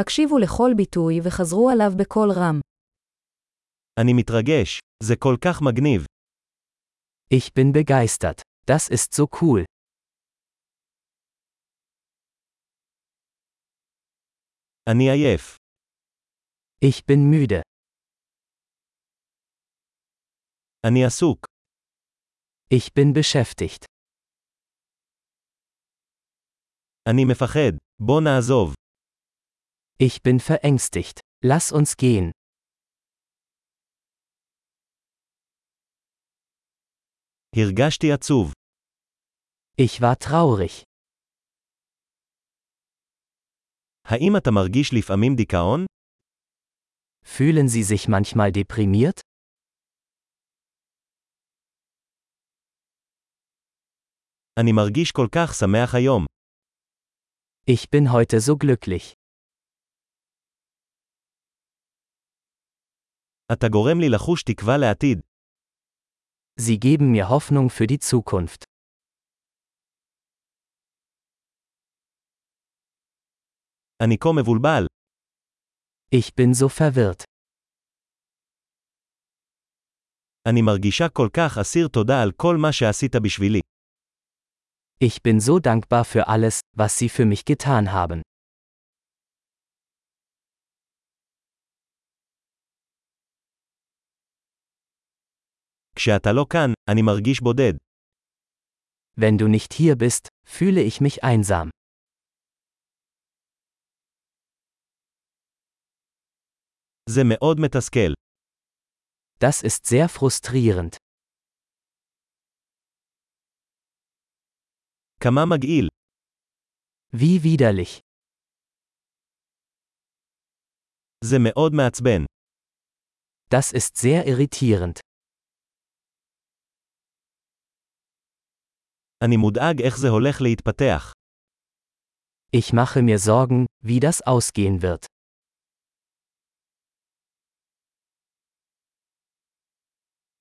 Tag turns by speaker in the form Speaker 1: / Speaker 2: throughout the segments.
Speaker 1: הקשיבו לכל ביטוי וחזרו עליו בקול רם.
Speaker 2: אני מתרגש, זה כל כך מגניב.
Speaker 3: Ich bin begeistert. Das ist so cool.
Speaker 2: אני עייף.
Speaker 3: Ich bin müde.
Speaker 2: אני עסוק.
Speaker 3: Ich bin beschäftigt.
Speaker 2: אני מפחד. בוא נעזוב.
Speaker 3: Ich bin verängstigt. Lass uns gehen.
Speaker 2: הרגשתי עצוב.
Speaker 3: Ich war traurig.
Speaker 2: האם אתה מרגיש לפעמים דיכאון?
Speaker 3: Fühlen Sie sich manchmal deprimiert?
Speaker 2: אני מרגיש כל כך שמח היום.
Speaker 3: Ich bin heute so glücklich.
Speaker 2: אתה גורם לי לחוש תקווה לעתיד.
Speaker 3: Sie geben mir Hoffnung für die Zukunft.
Speaker 2: אני כה מבולבל.
Speaker 3: Ich bin so verwirrt.
Speaker 2: אני מרגישה כל כך אסיר תודה על כל מה שעשית בשבילי.
Speaker 3: Ich bin so dankbar für alles, was Sie für mich getan haben.
Speaker 2: כשאתה לא כאן, אני מרגיש בודד.
Speaker 3: Wenn du nicht hier bist, fühle ich mich einsam.
Speaker 2: זה מאוד מתסכל.
Speaker 3: Das ist sehr frustrierend.
Speaker 2: כמה מגעיל.
Speaker 3: Wie widerlich.
Speaker 2: זה מאוד מעצבן.
Speaker 3: Das ist sehr irritierend.
Speaker 2: אני מודאג איך זה הולך להתפתח.
Speaker 3: Ich mache mir Sorgen, wie das ausgehen wird.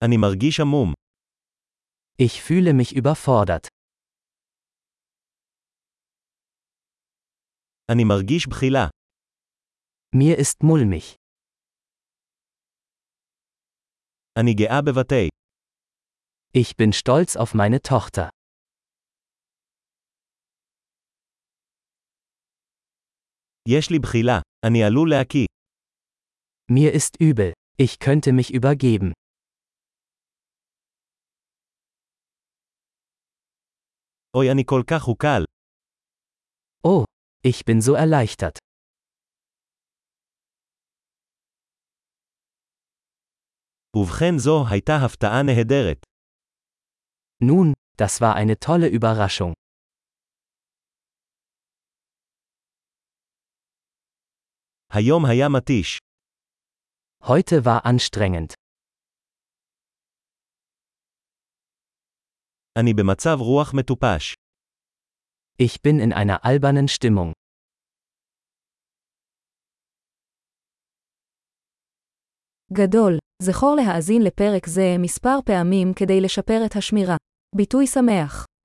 Speaker 2: אני מרגיש עמום.
Speaker 3: Ich fühle mich überfordert.
Speaker 2: אני מרגיש בחילה.
Speaker 3: Mir ist mulmig.
Speaker 2: אני גאה בבתי.
Speaker 3: Ich bin stolz auf meine Tochter.
Speaker 2: יש לי בחילה. אני עלול להקיא.
Speaker 3: Mir ist übel. Ich könnte mich übergeben.
Speaker 2: אוי, אני כל כך הוקל.
Speaker 3: Oh, ich bin so erleichtert.
Speaker 2: ובכן זו הייתה הפתעה נהדרת.
Speaker 3: Nun, das war eine tolle Überraschung.
Speaker 2: היום היה מתיש.
Speaker 3: Heute war anstrengend.
Speaker 2: אני במצב רוח מטופש.
Speaker 3: Ich bin in einer albernen Stimmung.
Speaker 1: גדול, זכור להאזין לפרק זה מספר פעמים כדי לשפר את השמירה. ביטוי שמח